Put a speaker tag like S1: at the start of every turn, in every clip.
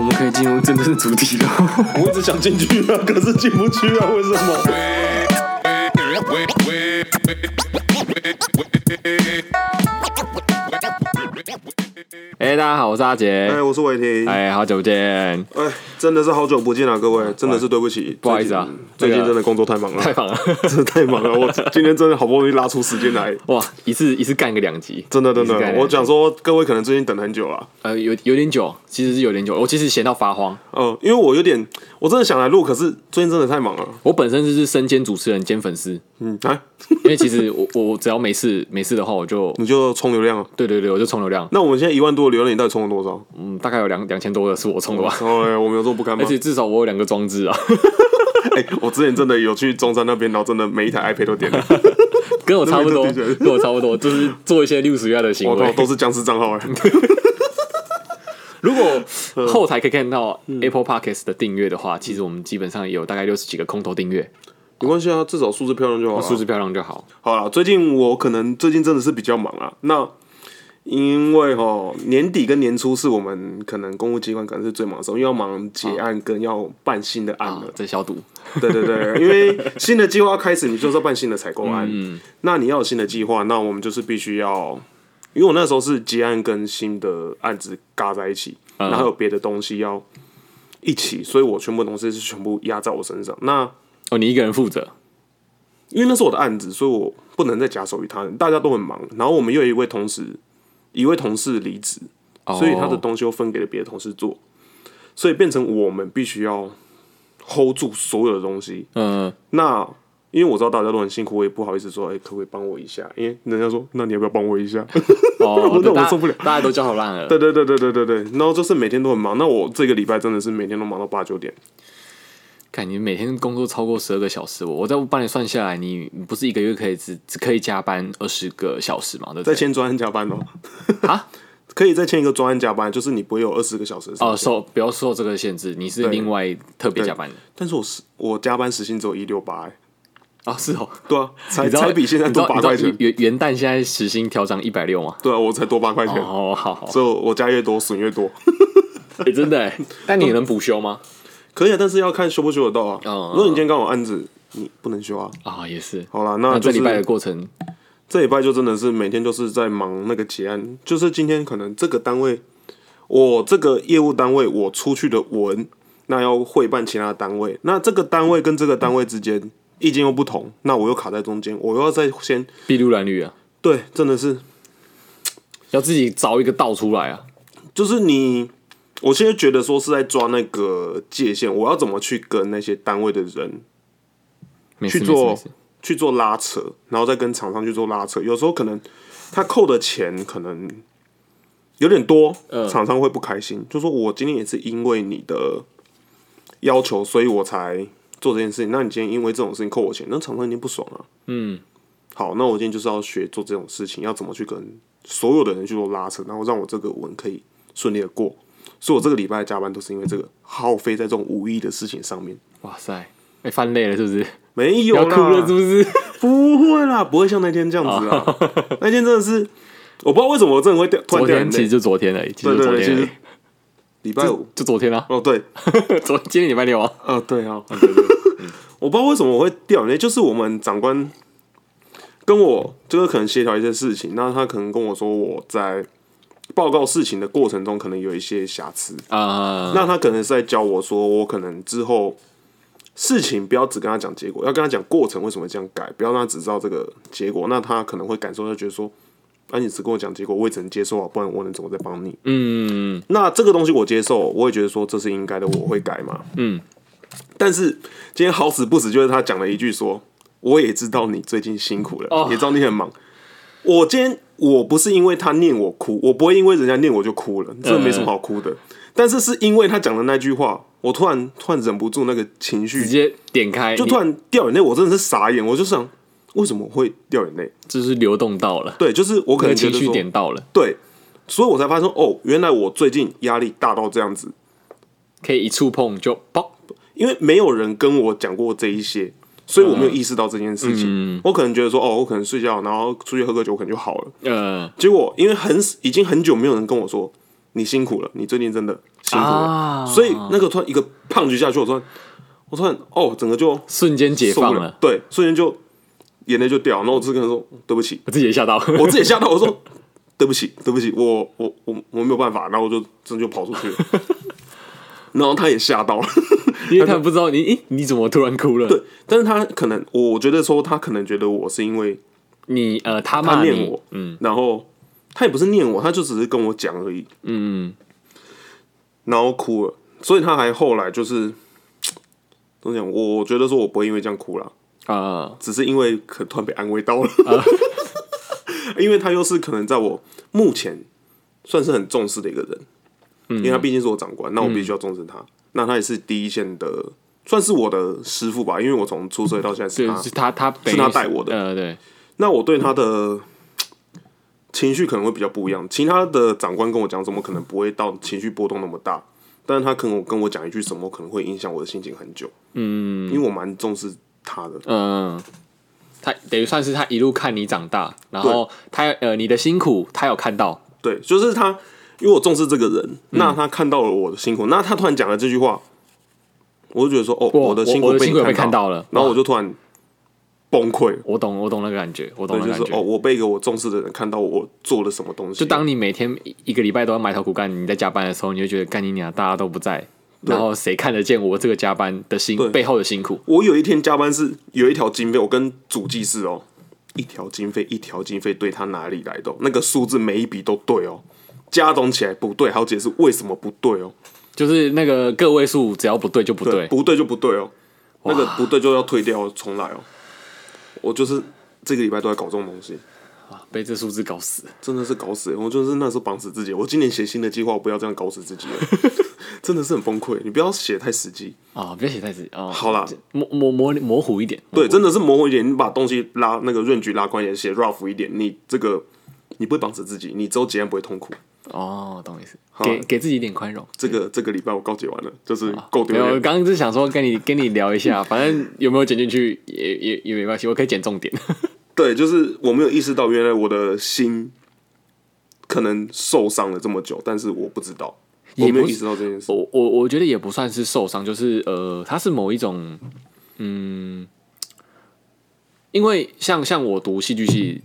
S1: 们可以进入真正的主题了。
S2: 我一直想进去啊，可是进不去啊，为什么？
S1: 哎、大家好，我是阿杰。
S2: 哎，我是伟霆。
S1: 哎、好久不见，
S2: 哎，真的是好久不见啊，各位，真的是对不起，
S1: 哎不好意思啊
S2: 最近
S1: 那
S2: 最
S1: 个哎
S2: 近真的工作太忙了，
S1: 太棒了！
S2: 真的太忙了。我今天真的好不容易拉出时间来，
S1: 哇，一次一次干个两集，
S2: 真的真
S1: 一次干
S2: 的，
S1: 两集
S2: 我讲说各位可能最近等很久啊了，
S1: 呃有有点久，其实是有点久，我其实闲到发慌。
S2: 嗯，因为我有点，我真的想来录，可是最近真的太忙了，
S1: 我本身就是身兼主持人兼粉丝，
S2: 嗯，哎，
S1: 因为其实我我我只要没事没事的话，我就
S2: 你就充流量啊。
S1: 对对对，我就充流量，
S2: 那我们现在一万多的流量，你到底充了多少？
S1: 嗯，大概有两两千多个是我充的吧。
S2: 哦，哎我们有这么不甘吗
S1: 而？且至少我有两个装置啊，
S2: 哎，我之前真的有去中山那边，然后真的每一台 iPad 都点了，
S1: 跟我差不多，
S2: 那边都听起
S1: 跟我差不多，就是做一些六十元的行
S2: 我靠，
S1: 为。
S2: 都是僵尸 账号哎。
S1: 如果后台可以看到
S2: 嗯
S1: Apple Podcast 的订阅的话，其实我们基本上有大概六十几个空头订阅，哦
S2: 没关系啊，至少数字漂亮就好了。
S1: 数字漂亮就好。
S2: 好了，最近我可能最近真的是比较忙啊。那因为哈年底跟年初是我们可能公务机关可能是最忙的时候，因为要忙结案跟要办新的案
S1: 啊
S2: 了。，
S1: 这消毒
S2: 对对对，因为新的计划开始，你就是要办新的采购案。那你要有新的计划，那我们就是必须要，因为我那时候是结案跟新的案子嘎在一起，然后有别的东西要一起，所以我全部东西是全部压在我身上。那
S1: 哦，你一个人负责
S2: 因为那是我的案子，所以我不能再假手于他人。大家都很忙，然后我们又有一位同事，一位同事离职，
S1: 哦
S2: 所以他的东西又分给了别的同事做，所以变成我们必须要 hold 住所有的东西。
S1: 嗯，
S2: 那因为我知道大家都很辛苦，我也不好意思说，哎、可不可以帮我一下？因为人家说，那你要不要帮我 一下？
S1: 哦，
S2: 那我
S1: 大家
S2: 受不了
S1: 大家都焦头烂额。
S2: 对对对对对对对。然后就是每天都很忙，那我这个礼拜真的是每天都忙到八九点。
S1: 看你每天工作超过十二个小时，我我再帮你算下来，你你不是一个月可以只只可以加班二十个小时嘛？对不
S2: 再
S1: 对？
S2: 签专案加班哦、
S1: 啊，
S2: 可以再签一个专案加班，就是你不会有二十个小时的时间
S1: 哦，受不要受这个限制，你是另外特别加班的
S2: 但是我是我加班时薪只有一六八，哎，
S1: 啊？是哦，
S2: 对啊，才
S1: 你知道
S2: 才比现在多八块
S1: 你知道
S2: 钱
S1: 你，知道元元旦现在时薪调涨一百六吗？
S2: 对啊，我才多八块钱，
S1: 哦，好好，
S2: 所以我加越多损越多。
S1: 欸、真的 欸，但你能补休吗？
S2: 可以啊，但是要看修不修得到啊。
S1: 嗯
S2: 如果你今天刚好案子，你不能修啊。
S1: 啊，也是。
S2: 好啦，
S1: 那
S2: 那
S1: 这
S2: 就是
S1: 礼拜的过程，
S2: 这礼拜就真的是每天就是在忙那个结案，就是今天可能这个单位，我这个业务单位我出去的文，那要会办其他单位，那这个单位跟这个单位之间意见又不同，那我又卡在中间，我又要再先
S1: 筚路蓝缕啊，
S2: 对，真的是
S1: 要自己找一个道出来啊。
S2: 就是你，我现在觉得说是在抓那个界限，我要怎么去跟那些单位的人
S1: 没事没事
S2: 去
S1: 没
S2: 做
S1: 事，
S2: 去做拉扯，然后再跟厂商去做拉扯。有时候可能他扣的钱可能有点多，
S1: 嗯
S2: 厂商会不开心，就说我今天也是因为你的要求，所以我才做这件事情。那你今天因为这种事情扣我钱，那厂商一定不爽啊。
S1: 嗯，
S2: 好，那我今天就是要学做这种事情，要怎么去跟所有的人去做拉扯，然后让我这个文可以顺利的过。所以我这个礼拜的加班都是因为这个耗费在这种无意义的事情上面。
S1: 哇塞，哎、翻累了是不 是？
S2: 没有
S1: 要
S2: 啦，
S1: 哭了是不 是？
S2: 不会啦，不会像那天这样子啊。
S1: 哦
S2: 那天真的是，我不知道为什么我真的会掉，突然
S1: 昨
S2: 掉
S1: 天
S2: 眼
S1: 其实
S2: 泪。
S1: 就昨天而已，其实就
S2: 对对
S1: 昨
S2: 对，
S1: 天
S2: 其
S1: 而已
S2: 实，礼拜五
S1: 就昨天啊，
S2: 哦， 对，
S1: 昨今天礼拜六啊，
S2: 呃，对 啊， 我不知道为什么我会掉眼泪，就是我们长官跟我就是可能协调一些事情，那他可能跟我说我在报告事情的过程中可能有一些瑕疵，
S1: 啊、
S2: 那他可能是在教我说，我可能之后事情不要只跟他讲结果，要跟他讲过程为什么这样改，不要让他只知道这个结果，那他可能会感受到觉得说，啊，你只跟我讲结果，我也只能接受啊，不然我能怎么再帮你？
S1: 嗯，
S2: 那这个东西我接受，我也觉得说这是应该的，我会改嘛。
S1: 嗯，
S2: 但是今天好死不死，就是他讲了一句说，我也知道你最近辛苦了，
S1: 哦
S2: 也知道你很忙。我今天我不是因为他念我哭，我不会因为人家念我就哭了，这没什么好哭
S1: 嗯
S2: 的。但是是因为他讲的那句话，我突然突然忍不住那个情
S1: 直
S2: 绪，
S1: 接点开，
S2: 就
S1: 你
S2: 突然掉眼泪，我真的是傻眼，我就想为什么会掉眼泪？
S1: 就是流动到了，
S2: 对，就是我可
S1: 那个
S2: 能觉
S1: 情
S2: 得
S1: 绪
S2: 说，
S1: 点到了，
S2: 对，所以我才发现哦，原来我最近压力大到这样子，
S1: 可以一触碰就砰，
S2: 因为没有人跟我讲过这一些，所以我没有意识到这件事
S1: 嗯
S2: 情。我可能觉得说，哦，我可能睡觉，然后出去喝个酒，可能就好了。
S1: 呃，
S2: 结果因为很已经很久没有人跟我说你辛苦了，你最近真的辛苦了。
S1: 啊
S2: 所以那个突然一个胖局下去，我突然我突然哦，整个就
S1: 瞬间解
S2: 受
S1: 放
S2: 不
S1: 了，
S2: 对，瞬间就眼泪就掉。然后我就跟他说对不起，
S1: 我自己也吓到，
S2: 我自己也吓到，我说 对不起，对不起，我我我我没有办法，然后我就真的就跑出 去了。然后他也吓到了，
S1: 因为他不知道你，诶、你怎么突然哭了？
S2: 对，但是他可能，我我觉得说他可能觉得我是因为
S1: 你呃，他
S2: 他
S1: 骂
S2: 念
S1: 你
S2: 我，，嗯，然后他也不是念我，他就只是跟我讲而已，嗯，然后哭了，所以他还后来就是，怎么讲？我我觉得说我不会因为这样哭了，
S1: 啊、
S2: 只是因为可能突然被安慰到了， 因为他又是可能在我目前算是很重视的一个人，因为他毕竟是我长官，那我必须要重视他，那他也是第一线的，算是我的师傅吧，因为我从出社会到现在是他
S1: 对，，是他他是
S2: 他带我的
S1: 呃，对，
S2: 那我对他的情绪可能会比较不一样。其他的长官跟我讲什么，可能不会到情绪波动那么大，但是他可能跟我讲一句什么，可能会影响我的心情很久。嗯，因为我蛮重视他的。
S1: 嗯、他等于算是他一路看你长大，然后他呃你的辛苦他有看到，
S2: 对，就是他，因为我重视这个人，
S1: 嗯
S2: 那他看到了我的辛苦，那他突然讲了这句话，我就觉得说，哦，
S1: 哇
S2: 的
S1: 我
S2: 辛
S1: 我
S2: 苦
S1: 的
S2: 被
S1: 辛
S2: 你
S1: 苦也被
S2: 看
S1: 看到了
S2: 然后我就突然崩溃了。
S1: 我懂我懂那个感觉，我懂
S2: 对，
S1: 那
S2: 就
S1: 个感
S2: 是
S1: 觉。
S2: 哦，我被一个我重视的人看到我做了什么东西，
S1: 就当你每天一一个礼拜都要埋头苦干，你在加班的时候，你就觉得干你娘，大家都不在，然后谁看得见我这个加班的
S2: 对
S1: 辛背后的辛苦？
S2: 我有一天加班是有一条经费，我跟主计是哦，一条经费一条经费对他哪里来的哦、那个数字每一笔都对哦，加总起来不对，还要解释为什么不对哦，
S1: 就是那个个位数，只要不对就不对。
S2: 不对就不对哦，那个不对就要退掉哦，重来哦。我就是这个礼拜都在搞这种东西，
S1: 哇被这数字搞死，
S2: 真的是搞死、我就是那时候绑死自己，我今年写新的计划，我不要这样搞死自己 了，真的是很崩溃。你不要写太实际，
S1: 啊！不要写太死啊！
S2: 好啦，
S1: 模模模模糊一点。
S2: 对，真的是模糊一点，你把东西拉那个润局拉宽一点，写 rough 一点，你这个你不会绑死自己，你之后结案不会痛苦。
S1: 哦，懂意思。给给自己一点宽容。
S2: 这个这个礼拜我告解完了，就是够丢
S1: 嗯啊没有，我
S2: 脸。
S1: 刚刚就想说跟你跟你聊一下，反正有没有剪进去也也也没关系，我可以剪重点。
S2: 对，就是我没有意识到，原来我的心可能受伤了这么久，但是我不知道，我
S1: 也不
S2: 没有
S1: 是
S2: 意识到这件事。
S1: 我我我觉得也不算是受伤，就是呃，它是某一种，嗯，因为像像我读戏剧系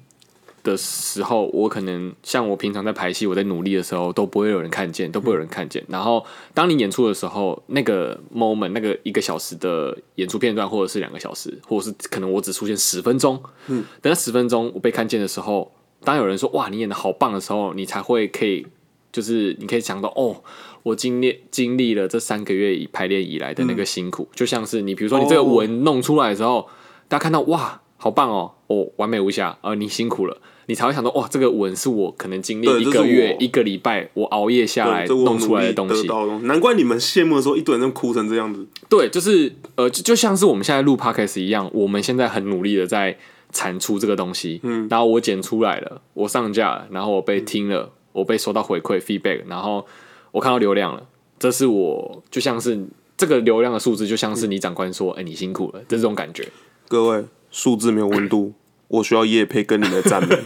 S1: 的时候，我可能像我平常在排戏，我在努力的时候都不会有人看见，都不会有人看见。然后当你演出的时候，那个 moment，那个一个小时的演出片段，或者是两个小时，或者是可能我只出现十分钟，嗯，等那十分钟我被看见的时候，当有人说哇你演的好棒的时候，你才会可以。就是你可以想到哦，我经历经历了这三个月以排练以来的那个辛苦，就像是你比如说你这个
S2: 嗯哦
S1: 文弄出来的时候，大家看到哇，好棒哦，哦，完美无瑕，呃，你辛苦了，你才会想到哇，这个文是我可能经历
S2: 对
S1: 一
S2: 这是
S1: 个月、
S2: 我
S1: 一个礼拜我熬夜下来
S2: 对，这我
S1: 弄出
S2: 努
S1: 来
S2: 力
S1: 的
S2: 得到
S1: 东
S2: 的
S1: 西。
S2: 东西。难怪你们羡慕的时候，一堆人都哭成这样子。
S1: 对，就是呃，就就像是我们现在录 podcast 一样，我们现在很努力的在产出这个东西，嗯，然后我剪出来了，我上架了，然后我被听了，我被收到回馈 feedback，然后我看到流量了，这是我就像是这个流量的数字，就像是你长官说，哎、你辛苦了，这种感觉。
S2: 各位，数字没有 温度，我需要叶配跟你们的赞美，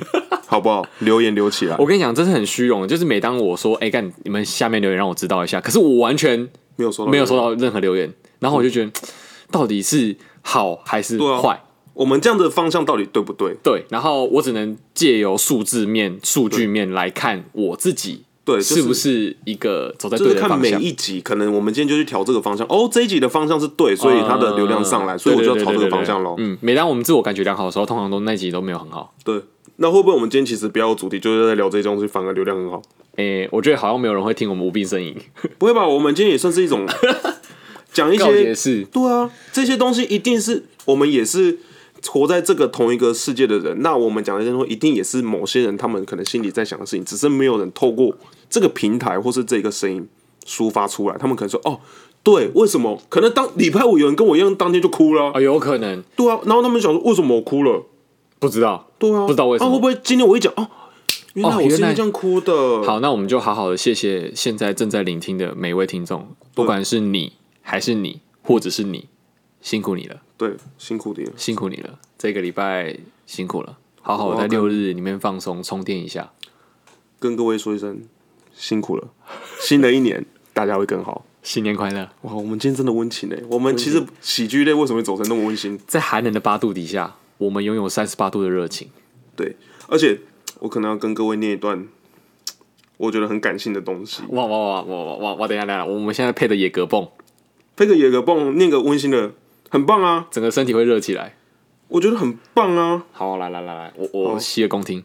S2: 好不好？留言留起来
S1: 我，跟你讲，这是很虚荣的，就是每当我说，哎、干，你们下面留言让我知道一下，可是我完全
S2: 没有收到，
S1: 没有收。到任何留言，然后我就觉得，到底是好还是
S2: 对啊
S1: 坏？
S2: 我们这样的方向到底对不对？
S1: 对，然后我只能借由数字面、数据面来看我自己，
S2: 对就是
S1: 是不是一个走在
S2: 就是
S1: 对的
S2: 看
S1: 方
S2: 每
S1: 向？
S2: 一集，可能我们今天就去调这个方向。哦，这一集的方向是对，所以它的流量上来，
S1: 嗯
S2: 所以我就要
S1: 对对
S2: 朝这
S1: 对
S2: 个
S1: 对对
S2: 方向喽。
S1: 嗯，每当我们自我感觉良好的时候，通常都那集都没有很好。
S2: 对，那会不会我们今天其实不要有主题，就是在聊这些东西，反而流量很好？
S1: 诶，我觉得好像没有人会听我们无病呻吟，
S2: 不会吧？我们今天也算是 一种讲一
S1: 告解
S2: 些，
S1: 是
S2: 对啊，这些东西一定是我们也是。活在这个同一个世界的人，那我们讲的这些东西，一定也是某些人他们可能心里在想的事情，只是没有人透过这个平台或是这个声音抒发出来。他们可能说：“哦，对，为什么？可能当礼拜五有人跟我一样，当天就哭了啊、
S1: 啊、有可能
S2: 对啊，然后他们想说为什么我哭了？
S1: 不知道。
S2: 对啊，
S1: 不知道为什么
S2: 啊、会不会今天我一讲哦，原来
S1: 哦
S2: 我是
S1: 原
S2: 因
S1: 来
S2: 为这样哭的。
S1: 好，那我们就好好的谢谢现在正在聆听的每一位听众，不管是你还是你，或者是你，辛苦你了，
S2: 对，辛苦你了。
S1: 辛苦你了，这个礼拜辛苦了，好好
S2: 我
S1: 地
S2: 要
S1: 在
S2: 看
S1: 六日里面放松充电一下。
S2: 跟各位说一声辛苦了，新的一年 大家会更好。
S1: 新年快乐！
S2: 哇，我们今天真的温情哎！我们其实喜剧类为什么会走成那么温馨？
S1: 在寒冷的八度底下，我们拥有三十八度的热情。
S2: 对，而且我可能要跟各位念一段我觉得很感性的东西。
S1: 哇哇哇哇哇哇哇！等一下，等一下，我们现在配的野格泵，
S2: 配个野格泵，念个温馨的，很棒啊！
S1: 整个身体会热起来。
S2: 我觉得很棒啊！
S1: 好，来来来来，我我洗耳恭听。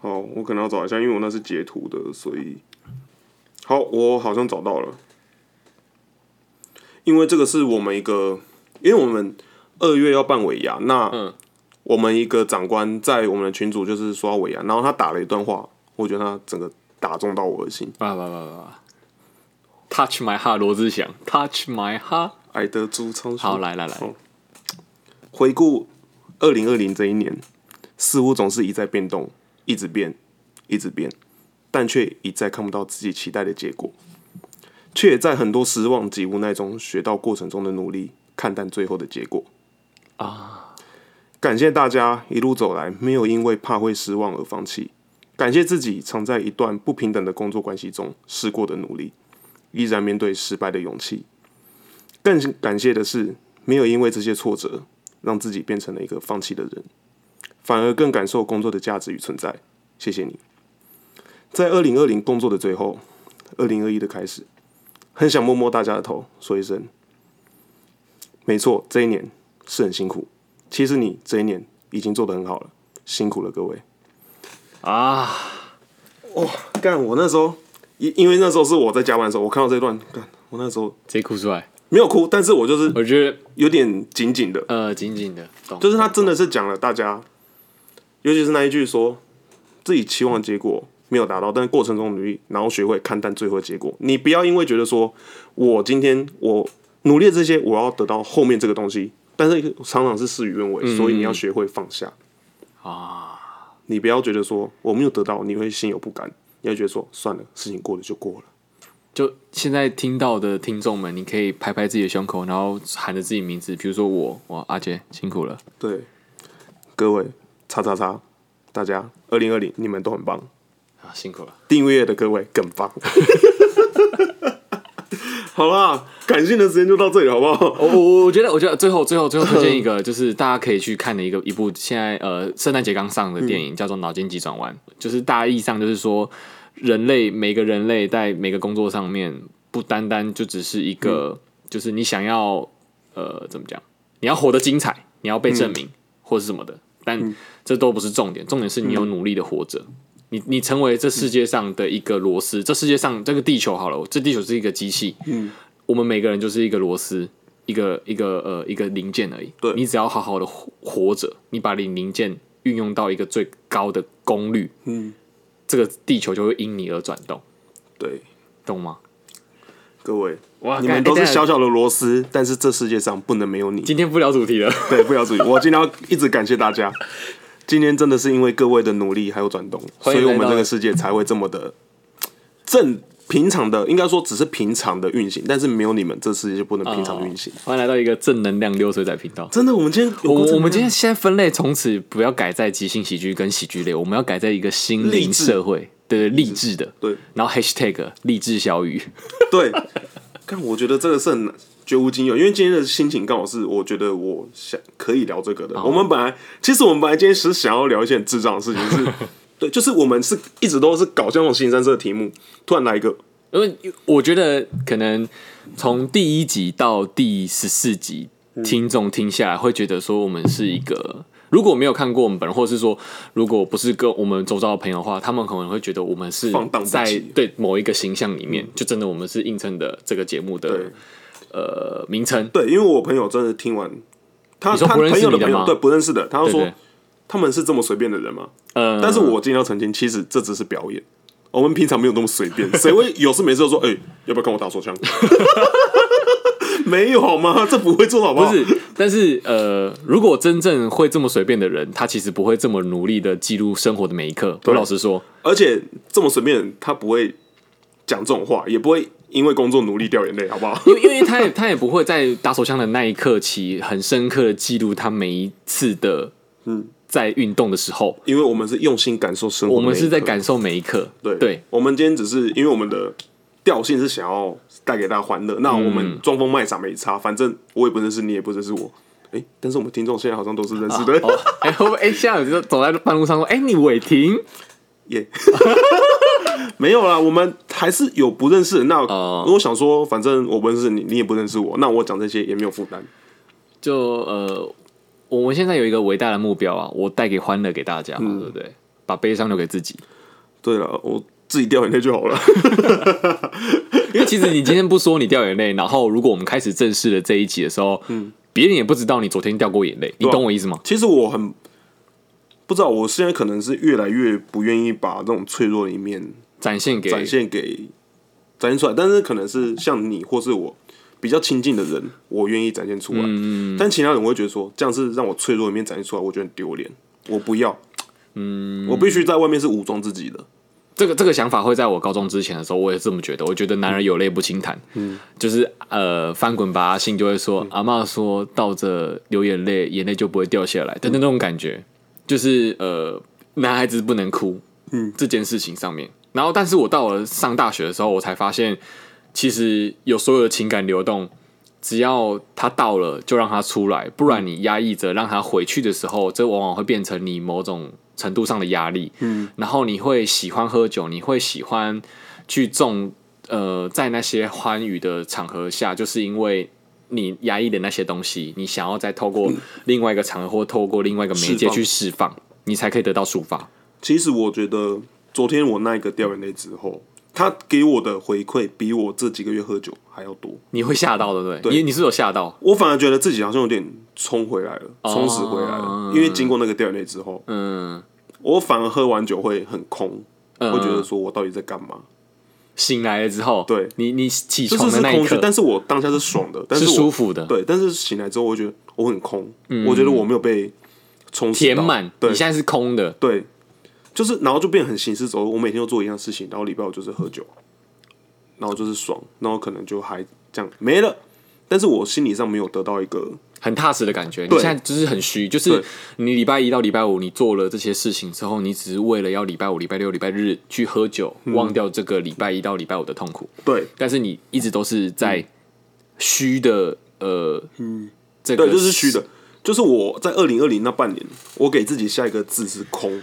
S2: 好，我可能要找一下，因为我那是截图的，所以好，我好像找到了。因为这个是我们一个，因为我们二月要办尾牙，那
S1: 嗯
S2: 我们一个长官在我们的群组就是说要尾牙，然后他打了一段话，我觉得他整个打中到我的心，
S1: 哇哇哇哇哇！Touch my heart，罗志祥，Touch my heart。
S2: 矮得猪仓鼠。
S1: 好，来来来，
S2: 好回顾二零二零这一年，似乎总是一再变动，一直变，一直变，但却一再看不到自己期待的结果，却也在很多失望及无奈中学到过程中的努力，看淡最后的结果。啊！感谢大家一路走来，没有因为怕会失望而放弃。感谢自己曾在一段不平等的工作关系中试过的努力，依然面对失败的勇气。更感谢的是，没有因为这些挫折让自己变成了一个放弃的人，反而更感受工作的价值与存在。谢谢你，在二零二零工作的最后，二零二一的开始，很想摸摸大家的头，说一声，没错，这一年是很辛苦。其实你这一年已经做得很好了，辛苦了各位。
S1: 啊，
S2: 干，我那时候因因为那时候是我在加班的时候，我看到这段，干，我那时候
S1: 直接哭出来。
S2: 没有哭，但是我就是
S1: 我觉得
S2: 有点紧紧的，
S1: 呃，紧紧的，懂
S2: 就是他真的是讲了大家，尤其是那一句说自己期望的结果没有达到，但是过程中努力，然后学会看淡最后的结果。你不要因为觉得说我今天我努力的这些，我要得到后面这个东西，但是常常是事与愿违，所以你要学会放下。
S1: 啊，
S2: 你不要觉得说我没有得到，你会心有不甘，你会觉得说算了，事情过了就过了。
S1: 就现在听到的听众们，你可以拍拍自己的胸口，然后喊着自己名字，比如说我，我阿杰辛苦了，
S2: 对，各位，叉叉叉，大家，二零二零你们都很棒。
S1: 啊，辛苦了。
S2: 订阅的各位更棒。 好啦，感性的时间就到这里，好不好？
S1: 我我我觉得，我觉得最后最后最后推荐一个，就是大家可以去看的一个一部现在呃圣诞节刚上的电影，叫做《脑筋急转弯》，就是大意上就是说，人类每个人类在每个工作上面，不单单就只是一个，就是你想要呃怎么讲，你要活得精彩，你要被证明、或是什么的，但这都不是重点，重点是你有努力的活着。你你成为这世界上的一个螺丝，这世界上这个地球好了，这地球是一个机器，嗯，我们每个人就是一个螺丝，一个一个呃一个零件而已。
S2: 对
S1: 你只要好好的活着，你把你零件运用到一个最高的功率，
S2: 嗯，
S1: 这个地球就会因你而转动，
S2: 对，
S1: 懂吗？
S2: 各位，
S1: 哇
S2: 你们
S1: 干
S2: 都是
S1: 哎等一下
S2: 小小的螺丝，但是这世界上不能没有你。
S1: 今天不聊主题了，
S2: 对，不要注意，我今天要一直感谢大家。今天真的是因为各位的努力还有转动，所
S1: 欢迎来到
S2: 以我们这个世界才会这么的正平常的，应该说只是平常的运行，但是没有你们，这世界就不能 平常运行。
S1: 欢迎来到一个正能量流水仔频道。
S2: 真的，我们今天有
S1: 我
S2: 过这
S1: 我
S2: 么
S1: 们今天现在分类，从此不要改在即兴喜剧跟喜剧类，我们要改在一个心
S2: 励
S1: 灵
S2: 志
S1: 社会，对对，励志的，
S2: 对
S1: 然后 hashtag 励志小雨。
S2: 对， 但我觉得这个是很绝无仅有，因为今天的心情刚好是我觉得我想可以聊这个的。
S1: 哦
S2: 我们本来其实我们本来今天是想要聊一些很智障的事情， 是对，就是我们是一直都是搞这种新三色的题目，突然来一个，
S1: 因为我觉得可能从第一集到第十四集，听众听下来会觉得说我们是一个。如果没有看过我们本人，或者是说，如果不是跟我们周遭的朋友的话，他们可能会觉得我们是
S2: 放荡不
S1: 在
S2: 羁嗯
S1: 对某一个形象里面，就真的我们是映衬的这个节目的
S2: 对
S1: 呃名称。
S2: 对，因为我朋友真的听完，他
S1: 你说
S2: 他
S1: 不认识
S2: 朋友的
S1: 你的
S2: 朋友
S1: 吗
S2: 对不认识的，他就
S1: 对
S2: 说哦
S1: 对，
S2: 他们是这么随便的人吗？
S1: 呃，
S2: 但是我今天要澄清，其实这只是表演。我们平常没有那么随便，谁会有事没事就说：“哎、要不要跟我打手枪？” 没有好吗？这不会做的好不好？
S1: 不是，但是呃，如果真正会这么随便的人，他其实不会这么努力的记录生活的每一刻。我老实说，
S2: 而且这么随便，他不会讲这种话，也不会因为工作努力掉眼泪，好不 好？
S1: 因为因为他也他也不会在打手枪的那一刻起很深刻的记录他每一次的嗯在运动的时候，
S2: 因为我们是用心感受生活
S1: 我
S2: 的每一刻，
S1: 们是在感受每一刻。
S2: 对
S1: 对，
S2: 我们今天只是因为我们的调性是想要带给大家欢乐，那我们装疯卖傻没差，反正我也不认识你，也不认识我。哎、但是我们听众现在好像都是认识的，
S1: 哦，哎、会不会哎，下午就走在半路上说，哎、你伟霆，
S2: 耶、 没有啦，我们还是有不认识的。那
S1: 哦
S2: 因为我想说，反正我不认识你，你也不认识我，那我讲这些也没有负担。
S1: 就呃，我们现在有一个伟大的目标啊，我带给欢乐给大家
S2: 嗯
S1: 嘛，对不对？把悲伤留给自己，
S2: 对了，我自己掉眼泪就好了。
S1: 因为其实你今天不说你掉眼泪，然后如果我们开始正式的这一集的时候，嗯，别人也不知道你昨天掉过眼泪，你
S2: 啊
S1: 懂我意思吗？
S2: 其实我很不知道，我现在可能是越来越不愿意把这种脆弱的一面
S1: 展现给
S2: 展现给展现出来，但是可能是像你或是我比较亲近的人，我愿意展现出来。嗯、但其他人我会觉得说，这样是让我脆弱的一面展现出来，我觉得很丢脸，我不要。嗯，我必须在外面是武装自己的。
S1: 这个这个想法会在我高中之前的时候，我也是这么觉得。我觉得男人有泪不轻弹，嗯，就是呃翻滚吧阿信就会说，阿嬷说倒着流眼泪，眼泪就不会掉下来的那种感觉，就是呃男孩子不能哭，嗯，这件事情上面。然后，但是我到了上大学的时候，我才发现，其实有所有的情感流动，只要它到了，就让它出来，不然你压抑着让它回去的时候，这往往会变成你某种程度上的压力。嗯，然后你会喜欢喝酒，你会喜欢去纵呃，在那些欢愉的场合下，就是因为。你压抑的那些东西，你想要再透过另外一个场合或透过另外一个媒
S2: 释
S1: 介
S2: 放
S1: 去释放，你才可以得到抒发。
S2: 其实我觉得昨天我那一个掉眼泪之后，他给我的回馈比我这几个月喝酒还要多。
S1: 你会吓到的，对不对？
S2: 对
S1: 你你是有吓到，
S2: 我反而觉得自己好像有点冲回来了，充实回来了。因为经过那个掉眼泪之后，
S1: 哦嗯，
S2: 我反而喝完酒会很空，
S1: 嗯
S2: 会觉得说我到底在干嘛？
S1: 醒来了之后，
S2: 对
S1: 你你起
S2: 这
S1: 床的
S2: 是是
S1: 那一
S2: 空虚
S1: 刻，嗯
S2: 但是我当下是爽的，但
S1: 是
S2: 是
S1: 舒
S2: 我
S1: 服的，
S2: 对，但是醒来之后，我会觉得我很空，我觉得我没有被充实
S1: 填
S2: 到
S1: 满。
S2: 对
S1: 你现在是空的，
S2: 对，就是然后就变得很行尸走肉。我每天都做一样事情，然后礼拜五就是喝酒，然后就是爽，然后可能就还这样没了。但是我心理上没有得到一个
S1: 很踏实的感觉。你现在就是很虚，就是
S2: 对
S1: 你礼拜一到礼拜五你做了这些事情之后，你只是为了要礼拜五、礼拜六、礼拜日去喝酒，
S2: 嗯
S1: 忘掉这个礼拜一到礼拜五的痛苦。
S2: 对
S1: 但是你一直都是
S2: 嗯
S1: 在虚的，呃，嗯，这个
S2: 对，就是虚的。就是我在二零二零那半年，我给自己下一个字是空，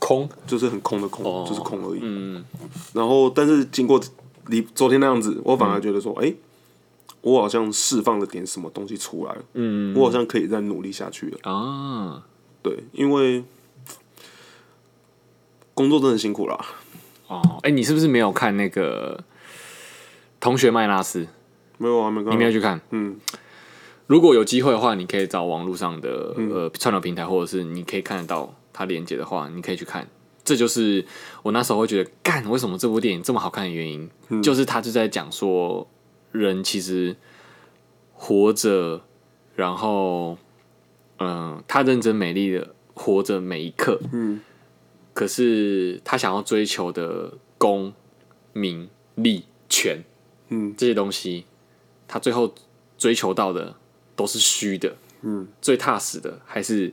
S1: 空，
S2: 就是很空的空，就是空而已。嗯。然后，但是经过你昨天那样子，我反而觉得说，哎、我好像释放了点什么东西出来了。嗯。我好像可以再努力下去了。
S1: 啊。
S2: 对，因为工作真的辛苦啦。
S1: 哦，哎、你是不是没有看那个同学麦拉斯？
S2: 没有啊，没
S1: 你没有
S2: 关系。
S1: 去看？
S2: 嗯，
S1: 如果有机会的话，你可以找网络上的、
S2: 嗯
S1: 呃串流平台，或者是你可以看得到它连接的话，你可以去看。这就是我那时候会觉得，干为什么这部电影这么好看的原因，
S2: 嗯
S1: 就是他就在讲说，人其实活着，然后嗯、呃他认真美丽的活着每一刻，
S2: 嗯，
S1: 可是他想要追求的功、名、利、权，
S2: 嗯，
S1: 这些东西，他最后追求到的都是虚的，
S2: 嗯，
S1: 最踏实的还是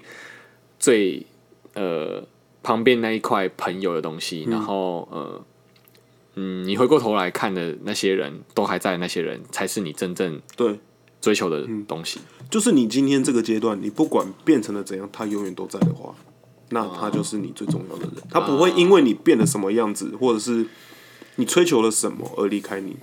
S1: 最呃旁边那一块朋友的东西，然后呃嗯，你回过头来看的那些人都还在，那些人才是你真正
S2: 对，
S1: 追求的东西。
S2: 就是你今天这个阶段，你不管变成了怎样，他永远都在的话，那他就是你最重要的人。
S1: 啊
S2: 他不会因为你变得什么样子，或者是你追求了什么而离开你。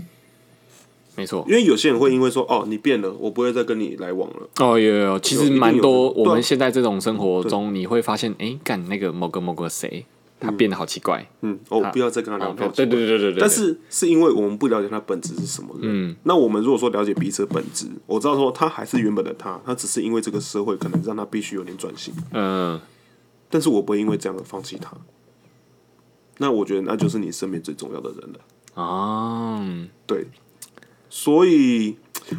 S1: 没错，
S2: 因为有些人会因为说，哦，你变了，我不会再跟你来往了。
S1: 哦，有有有，其实
S2: 有一定
S1: 蛮
S2: 有
S1: 多。
S2: 的对
S1: 我
S2: 啊
S1: 们现在这种生活中，你会发现，哎，干那个某个某个谁，他变得好奇怪。
S2: 嗯，哦，不要再跟他聊
S1: 啊
S2: 到。
S1: 对对对对对对。嗯
S2: 但是是因为我们不了解他本质是什么人。那我们如果说了解彼此的本质，我知道说他还是原本的他，他只是因为这个社会可能让他必须有点转型，
S1: 嗯，
S2: 但是我不会因为这样而放弃他。那我觉得那就是你身边最重要的人了。
S1: 啊，嗯
S2: 对，所以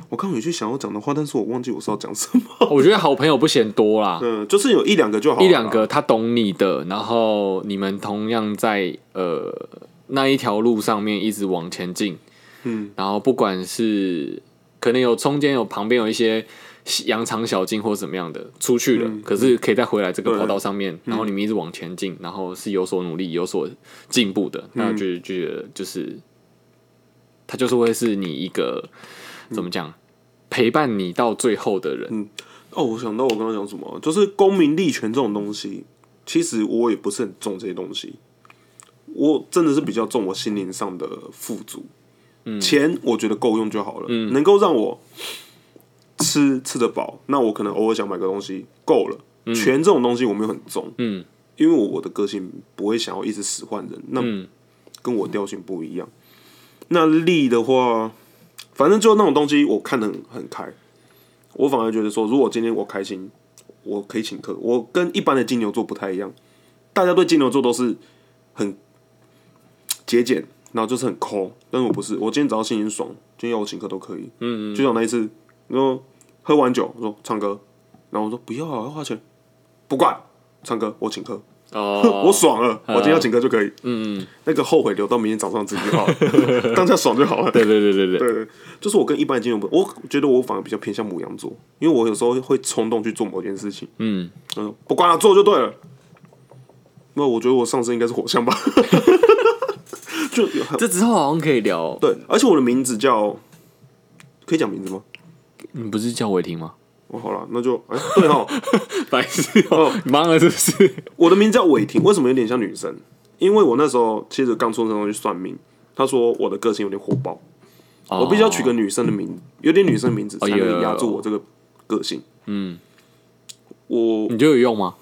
S2: 我刚有去想要讲的话，但是我忘记我是要讲什么。
S1: 我觉得好朋友不嫌多啦。
S2: 嗯，就是有一两个就好了
S1: 一
S2: 啦，
S1: 两个他懂你的，然后你们同样在呃那一条路上面一直往前进，
S2: 嗯，
S1: 然后不管是可能有中间有旁边有一些羊肠小径或怎么样的出去了，可是可以再回来这个
S2: 嗯对
S1: 跑道上面，然后你们一直往前
S2: 嗯
S1: 进，然后是有所努力、有所进步的，那就就觉得就是他就是会是你一个
S2: 嗯
S1: 怎么讲，陪伴你到最后的人。
S2: 哦，我想到我刚刚讲什么，就是公民利权这种东西，其实我也不是很重这些东西，我真的是比较重我心灵上的富足。
S1: 嗯
S2: 钱我觉得够用就好了，能够让我吃吃得饱，那我可能偶尔想买个东西够了。权这种东西我没有很重，
S1: 嗯，
S2: 因为我我的个性不会想要一直使唤人，那
S1: 嗯
S2: 跟我调性不一样。那利的话，反正就那种东西，我看得很很开。我反而觉得说，如果今天我开心，我可以请客。我跟一般的金牛座不太一样，大家对金牛座都是很节俭，然后就是很抠，但是我不是，我今天只要心情爽，今天要我请客都可以。嗯嗯，就像那一次，然后喝完酒，我说唱歌，然后我说不要啊，要花钱，不管，唱歌我请客，
S1: 哦，
S2: 我爽了，我今天要请客就可以。
S1: 嗯，嗯
S2: 那个后悔留到明天早上自己就好了， 当下爽就好了。
S1: 对对对对对，
S2: 对，就是我跟一般的金牛不，我觉得我反而比较偏向母羊座，因为我有时候会冲动去做某件事情，
S1: 嗯，
S2: 嗯，不管了，做就对了。那我觉得我上身应该是火象吧， 就很
S1: 这之后好像可以聊。
S2: 对，而且我的名字叫，可以讲名字吗？
S1: 你不是叫我听吗？
S2: 哦，好了，那就哎、对哈，
S1: 白痴哦，你忙了是不是？
S2: 我的名字叫伟霆，为什么有点像女生？因为我那时候其实刚出生的时候去算命，他说我的个性有点火爆，
S1: 我
S2: 我必须要取个女生的名，有点女生名字才
S1: 哦嗯有有有
S2: 能压住我这个个性。嗯，我
S1: 你觉得有用吗？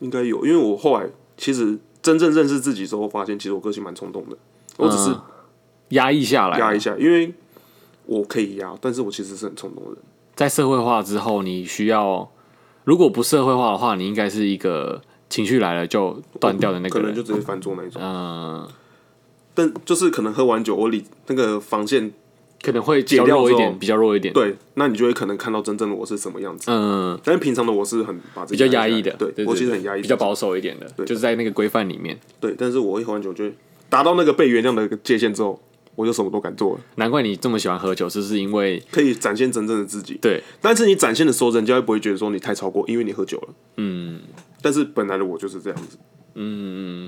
S2: 应该有，因为我后来其实真正认识自己之后，发现其实我个性蛮冲动的，我只是
S1: 嗯哎压抑下来，
S2: 压一下，因为我可以压，但是我其实是很冲动的人。
S1: 在社会化之后，你需要如果不社会化的话，你应该是一个情绪来了就断掉的那
S2: 嗯可
S1: 个
S2: 能就
S1: 人。
S2: 直接翻桌那一种，
S1: 嗯，
S2: 但就是可能喝完酒，我理那个防线
S1: 可能会比较
S2: 解掉
S1: 弱一
S2: 之后
S1: 点，比较弱一点。，
S2: 对，那你就会可能看到真正的我是什么样子。
S1: 嗯，
S2: 但是平常的我是很把
S1: 比
S2: 比
S1: 较压抑的。
S2: 对
S1: 对，
S2: 我
S1: 对
S2: 其实
S1: 对
S2: 很压抑，
S1: 比较保守一点的，就是在那个规范里面。
S2: 对。但是我一喝完酒就会达到那个被原谅的界限之后，我就什么都敢做了，
S1: 难怪你这么喜欢喝酒，就是因为
S2: 可以展现真正的自己。
S1: 对，
S2: 但是你展现的时候，人家会不会觉得说你太超过，因为你喝酒了。
S1: 嗯
S2: 但是本来的我就是这样子，
S1: 嗯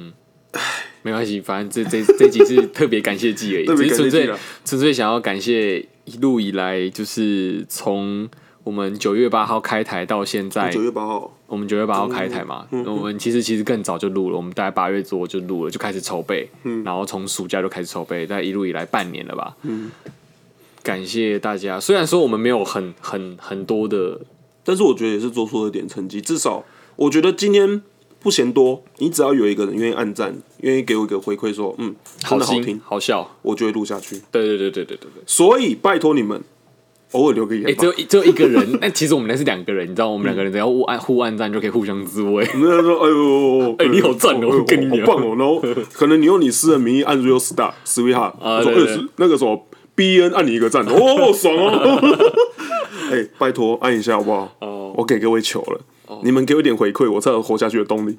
S1: 嗯嗯，没关系，反正这这这集是特别感谢季而已，
S2: 特
S1: 只
S2: 别
S1: 是
S2: 感谢
S1: 哎纯
S2: 季啊
S1: 粹
S2: 啦
S1: 纯粹想要感谢一路以来，就是从我们九月八号开台到现在
S2: 九，月嗯八号，
S1: 我们九月八号开台嘛，我们其实其实更早就录了，我们大概八月多就录了，就开始筹备，
S2: 嗯
S1: 然后从暑假就开始筹备，但一路以来半年了吧，
S2: 嗯
S1: 感谢大家。虽然说我们没有很很很多的，
S2: 但是我觉得也是做出了点成绩，至少我觉得今天不嫌多，你只要有一个人愿意按赞，愿意给我一个回馈，说嗯，真的好
S1: 心
S2: 听，
S1: 好笑，
S2: 我就会录下去。
S1: 对对对对对对对。
S2: 所以拜托你们，偶尔留个言
S1: 哎、
S2: 吧
S1: 只。有一只有一个 人，但其实我们那是两个人，你知道，我们两个人只要互按互按赞就可以互相滋味。
S2: 那他说：“哎呦，
S1: 哎你好赞哦
S2: 哎呦
S1: 跟你
S2: 好棒哦。”然后 可能你用你私人名义按 real star sweetheart，
S1: 啊
S2: 我说：“
S1: 对
S2: 哎
S1: 对
S2: 是那个什么 B N 按你一个赞， 哦，爽哦。” 哎，拜托按一下好不好？
S1: 哦
S2: 我给各位求了，你们给我一点回馈，我才有活下去的动力。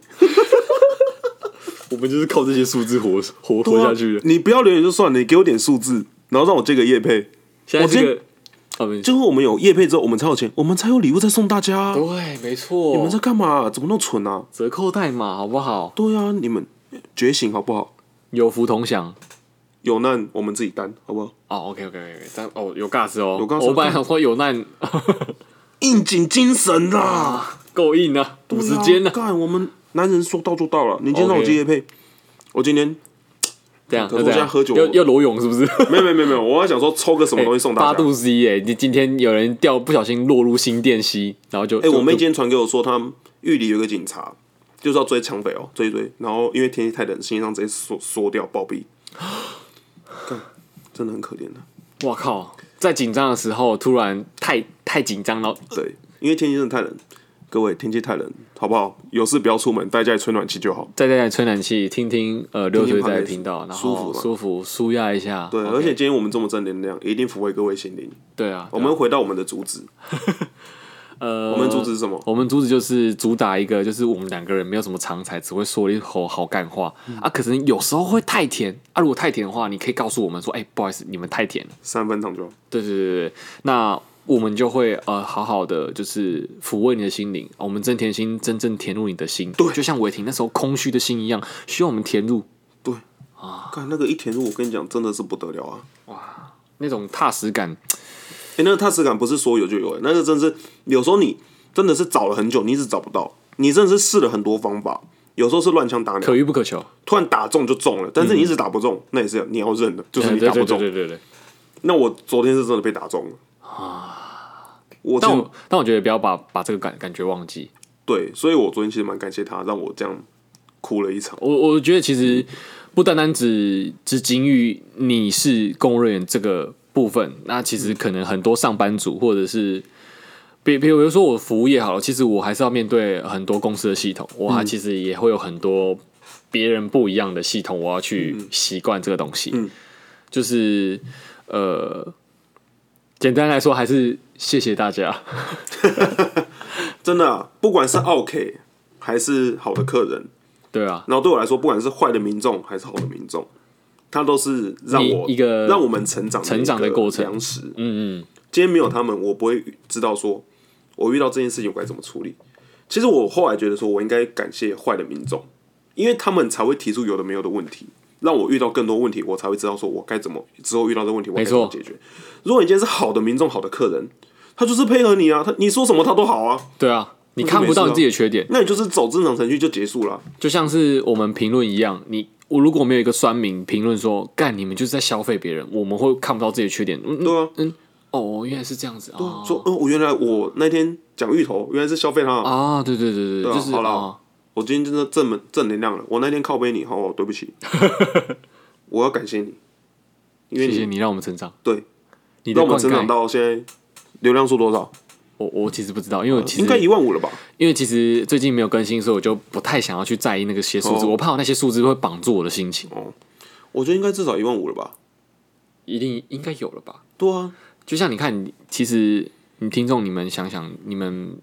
S1: 我们就是靠这些数字活活活下去
S2: 对啊
S1: 的。
S2: 你不要留言就算了，你给我点数字，然后让我接个叶配。
S1: 现在
S2: 我今
S1: 这个，哦，没
S2: 就是我们有叶配之后，我们才有钱，我们才有礼物再送大家啊。
S1: 对，没错，
S2: 你们在干嘛？怎么那么蠢啊？
S1: 折扣代码好不好？
S2: 对啊，你们觉醒好不好？
S1: 有福同享。
S2: 有难我们自己担，好不好？
S1: 哦，OK OK OK，但哦有 gas 哦，
S2: 有 gas，
S1: 我本来想说有难
S2: 应景精神啦，
S1: 够硬啊，补时间呢
S2: 对啊。干、我们男人说到做到了。你今天让我
S1: OK
S2: 接叶配，我今天
S1: 这样，
S2: 可
S1: 那
S2: 是
S1: 这
S2: 我现
S1: 样
S2: 在喝酒
S1: 要要裸泳是不 是？
S2: 没有没有没有没有，我还想说抽个什么东西送大
S1: 八
S2: 家。
S1: 度 C 耶，你今天有人掉不小心落入新店溪，然后就
S2: 哎、
S1: 就
S2: 我妹今天传给我说，他们玉里有个警察就是要追抢匪哦，追一追，然后因为天气太冷，心脏直接缩缩掉暴毙，干真的很可怜啊的、
S1: 我靠，在紧张的时候突然太太紧张，然后
S2: 对，因为天气真的太冷，各位天气太冷，好不好？有事不要出门，待家里吹暖气就好。
S1: 在在吹暖气，听听呃流水仔的频道，然
S2: 舒服
S1: 后
S2: 吧
S1: 舒服舒压一下。
S2: 对
S1: OK
S2: 而且今天我们这么正能量，一定抚慰各位心灵。
S1: 对啊，
S2: 我们回到我们的主旨，
S1: 呃，
S2: 我们主旨是什么？
S1: 我们主旨就是主打一个，就是我们两个人没有什么长才，只会说一口好干话
S2: 嗯
S1: 啊。可是有时候会太甜啊，如果太甜的话，你可以告诉我们说，哎，不好意思，你们太甜了。
S2: 三分糖就好。
S1: 对对对对，对那我们就会呃好好的就是抚慰你的心灵，哦我们真甜心真正填入你的心，对，就像伟霆那时候空虚的心一样，需要我们填入。
S2: 对，看那个一填入，我跟你讲，真的是不得了啊！哇，
S1: 那种踏实感，
S2: 哎、那个踏实感不是说有就有、欸，那个真是有时候你真的是找了很久，你一直找不到，你真的是试了很多方法，有时候是乱枪打鸟
S1: 可，遇不可求。
S2: 突然打中就中了，但是你一直打不中，那也是你要认的，就是
S1: 嗯
S2: 你
S1: 对
S2: 打
S1: 对对
S2: 不中。
S1: 对对对。
S2: 那我昨天是真的被打中了啊！我
S1: 但
S2: 真
S1: 我但我觉得不要把把这个感感觉忘记。
S2: 对，所以我昨天其实蛮感谢他，让我这样哭了一场。
S1: 我我觉得其实不单单只只仅于你是公务人员这个部分，那其实可能很多上班族或者是。比比如说我服务业好了，其实我还是要面对很多公司的系统，
S2: 嗯
S1: 我还其实也会有很多别人不一样的系统，我要去习惯这个东西。
S2: 嗯
S1: 就是呃，简单来说，还是谢谢大家。
S2: 真的啊、不管是 OK 还是好的客人，
S1: 对啊，
S2: 然后对我来说，不管是坏的民众还是好的民众，他都是让
S1: 你
S2: 我
S1: 一个
S2: 让我们成长
S1: 成长的
S2: 一个
S1: 过程
S2: 粮食。
S1: 嗯嗯，
S2: 今天没有他们，我不会知道说我遇到这件事情我该怎么处理。其实我后来觉得说，我应该感谢坏的民众，因为他们才会提出有的没有的问题，让我遇到更多问题，我才会知道说我该怎么之后遇到这个问题我该
S1: 没
S2: 怎么
S1: 错
S2: 解决。如果你今天是好的民众、好的客人，他就是配合你啊，他你说什么他都好啊，
S1: 对啊，你看不到你自己的缺点，
S2: 那你就是走正常程序就结束了啊。
S1: 就像是我们评论一样，你我如果没有一个酸民评论说干你们就是在消费别人，我们会看不到自己的缺点。嗯，嗯
S2: 对啊，
S1: 哦，原来是这样子啊。哦
S2: 说嗯，我原来我那天讲芋头，原来是消费他啊，
S1: 啊，对对对对，
S2: 啊
S1: 就是
S2: 好啦
S1: 哦
S2: 我今天真的正能正能量了。我那天靠背你，好，对 不起，我要感谢你，因为
S1: 谢
S2: 你
S1: 谢你让我们成长，
S2: 对，
S1: 你的
S2: 让我
S1: 灌
S2: 们成长
S1: 溉，
S2: 到现在流量数多少？
S1: 我我其实不知道，因为我其
S2: 呃应该
S1: 实
S2: 一万五了吧？
S1: 因为其实最近没有更新，所以我就不太想要去在意那个些数字，
S2: 哦
S1: 我怕我那些数字会绑住我的心情。
S2: 我觉得应该至少一万五了吧？
S1: 一定应该有了吧？
S2: 对啊，
S1: 就像你看，你其实你听众，你们想想，你们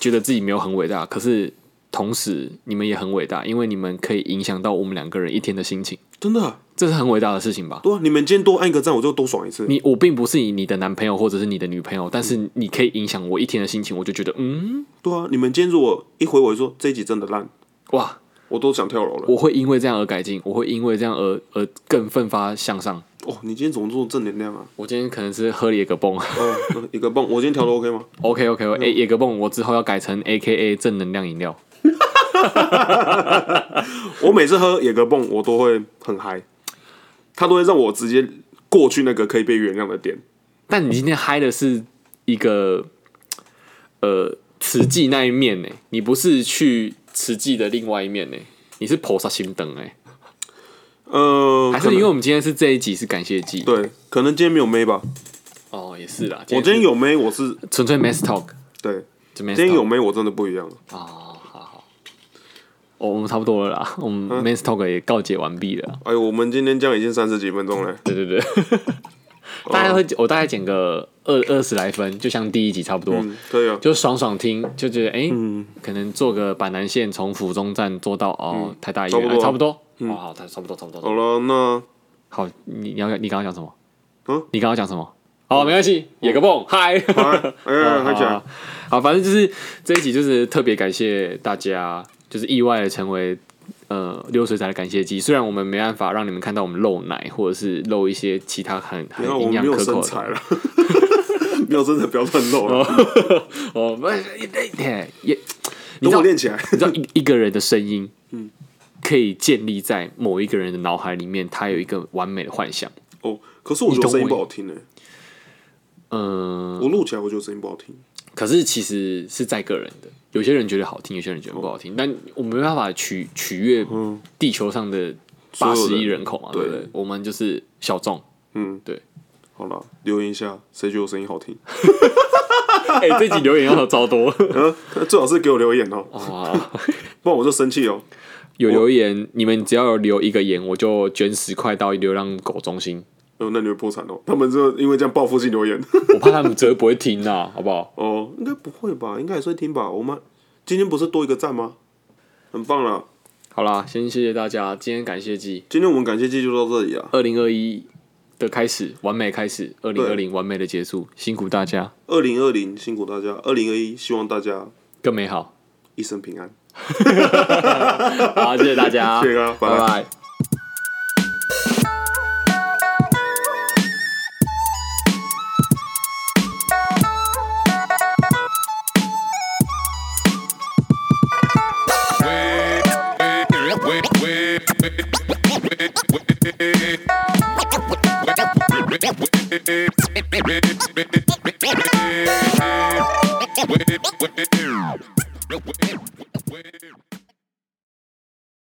S1: 觉得自己没有很伟大，可是同时你们也很伟大，因为你们可以影响到我们两个人一天的心情，
S2: 真的啊，
S1: 这是很伟大的事情吧？
S2: 对啊，你们今天多按一个赞，我就多爽一次。
S1: 你我并不是你的男朋友或者是你的女朋友，但是你可以影响我一天的心情，我就觉得嗯，
S2: 对啊，你们今天如果一回我就说这一集真的烂，
S1: 哇，
S2: 我都想跳楼了。
S1: 我会因为这样而改进，我会因为这样而而更奋发向上。
S2: 哦，你今天怎么这么正能量啊？
S1: 我今天可能是喝了野格 蹦
S2: 哦，嗯一个棒，我今天调的 OK 吗？
S1: ，OK OK，哎、野格蹦，我之后要改成 AKA 正能量饮料。
S2: 我每次喝野格泵，我都会很嗨，它都会让我直接过去那个可以被原谅的点。
S1: 但你今天嗨的是一个呃慈济那一面呢、你不是去慈济的另外一面呢、欸你是菩萨心灯哎、
S2: 呃，
S1: 还
S2: 可
S1: 是
S2: 能
S1: 因为我们今天是这一集是感谢祭？
S2: 对，可能今天没有妹吧？
S1: 哦，也是啦。
S2: 我今天有妹，我是
S1: 是纯粹 mass talk，
S2: 对，
S1: 就 mass
S2: 今天
S1: talk
S2: 有妹，我真的不一样了。
S1: 哦，好好。哦，我们差不多了啦，我
S2: 嗯
S1: 们 mass talk 也告解完毕 了。
S2: 哎呦，我们今天这样已经三十几分钟了，
S1: 对对 对，大概会我大概减个二二十来分，就像第一集差不多。
S2: 嗯，可以啊。
S1: 就爽爽听，就觉得哎、可能坐个板南线从府中站坐到哦、台大医院，哎
S2: 差
S1: 差
S2: 不
S1: 不多，哦好，差差不多，差不多。差不多
S2: 好了，那
S1: 好，你你要你刚刚讲什么？
S2: 嗯，
S1: 你刚刚讲什么？好，没关系，野个蹦，嗨，
S2: 哎哎，
S1: 好
S2: 还讲
S1: 好，好，反正就是这一集就是特别感谢大家，就是意外的成为呃流水仔的感谢祭。虽然我们没办法让你们看到我们露奶，或者是露一些其他很很
S2: 然后我
S1: 营
S2: 们
S1: 养
S2: 没有
S1: 可口的
S2: 身材了， 没有身材不要乱露啊了，
S1: 哦，不是，也也，你知
S2: 等
S1: 道
S2: 我练起来。
S1: 你知道一一个人的声音，可以建立在某一个人的脑海里面，他有一个完美的幻想。
S2: 哦，可是我觉
S1: 你
S2: 得
S1: 懂
S2: 声音
S1: 我
S2: 不好听呢，欸
S1: 嗯，
S2: 我录起来我觉得声音不好听。
S1: 可是其实是在个人的，有些人觉得好听，有些人觉得不好听，但我们没办法取取悦地球上的
S2: 所
S1: 八
S2: 有
S1: 十
S2: 人
S1: 亿人口嘛，对
S2: 对
S1: 不对？我们就是小众。
S2: 嗯，
S1: 对。
S2: 好了，留言一下，谁觉得我声音好听？
S1: 哎、这集留言要超多
S2: 嗯，最好是给我留言哦，
S1: 哇！
S2: 不然我就生气哦。
S1: 有留言，你们只要有留一个言，我就捐十块到流浪狗中心。
S2: 哦，那你会破产哦。他们就因为这样报复性留言。
S1: 我怕他们绝对不会听啊，好不好？
S2: 哦，应该不会吧？应该还是会听吧。我们今天不是多一个赞吗？很棒啦！
S1: 好啦，先谢谢大家，今天感谢季。
S2: 今天我们感谢季就到这里啊。
S1: 二零二一的开始，完美开始；二零二零完美的结束，辛苦大家，
S2: 二零二零辛苦大家，二零二一希望大家
S1: 更美好。
S2: 一生平安。
S1: 好，谢谢大家，
S2: 谢谢啊大家拜拜
S1: 拜拜
S3: Wait, wait, wait, wait.